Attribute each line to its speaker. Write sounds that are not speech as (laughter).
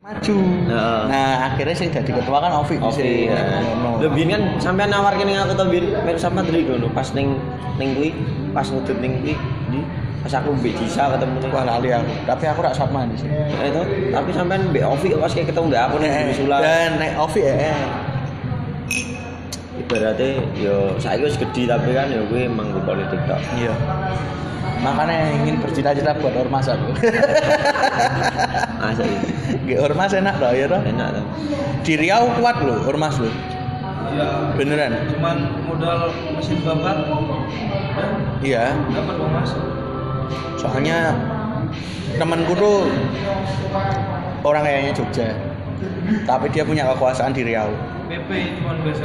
Speaker 1: maju.
Speaker 2: Heeh.
Speaker 1: Nah, akhirnya sing jadi ketua kan Ovi
Speaker 2: Oke.
Speaker 1: sih. Ngono.
Speaker 2: Lebih kan sampean nawar kene aku to Bin, mek sama Dri dulu pas ning ning kuwi, pas ngudut ning kuwi. Pas aku mbek Disa ketemu ning
Speaker 1: Wah, lali aku. Tapi aku rak sama di sini. Eh,
Speaker 2: Ya itu, tapi sampean mbek Ovi kok pas kayak ketemu mbek
Speaker 1: Oh,
Speaker 2: aku ning Sula.
Speaker 1: Dan nek Ovi eh, eh.
Speaker 2: Ibaratnya yo saiki wis gede tapi kan yo kuwi emang gue politik tok.
Speaker 1: Iya. Makanya ingin bercita-cita buat ormas aku. (laughs)
Speaker 2: Masa itu.
Speaker 1: Nggih, ormas enak loh ya toh.
Speaker 2: Ah, Enak tuh.
Speaker 1: Di Riau kuat loh ormas loh.
Speaker 3: ya
Speaker 1: Beneran.
Speaker 3: cuman modal mesin babat dan
Speaker 1: Iya.
Speaker 3: dapat uang masuk
Speaker 1: Soalnya temanku tuh orang kayaknya Jogja. Tapi dia punya kekuasaan di Riau.
Speaker 3: PP cuman biasa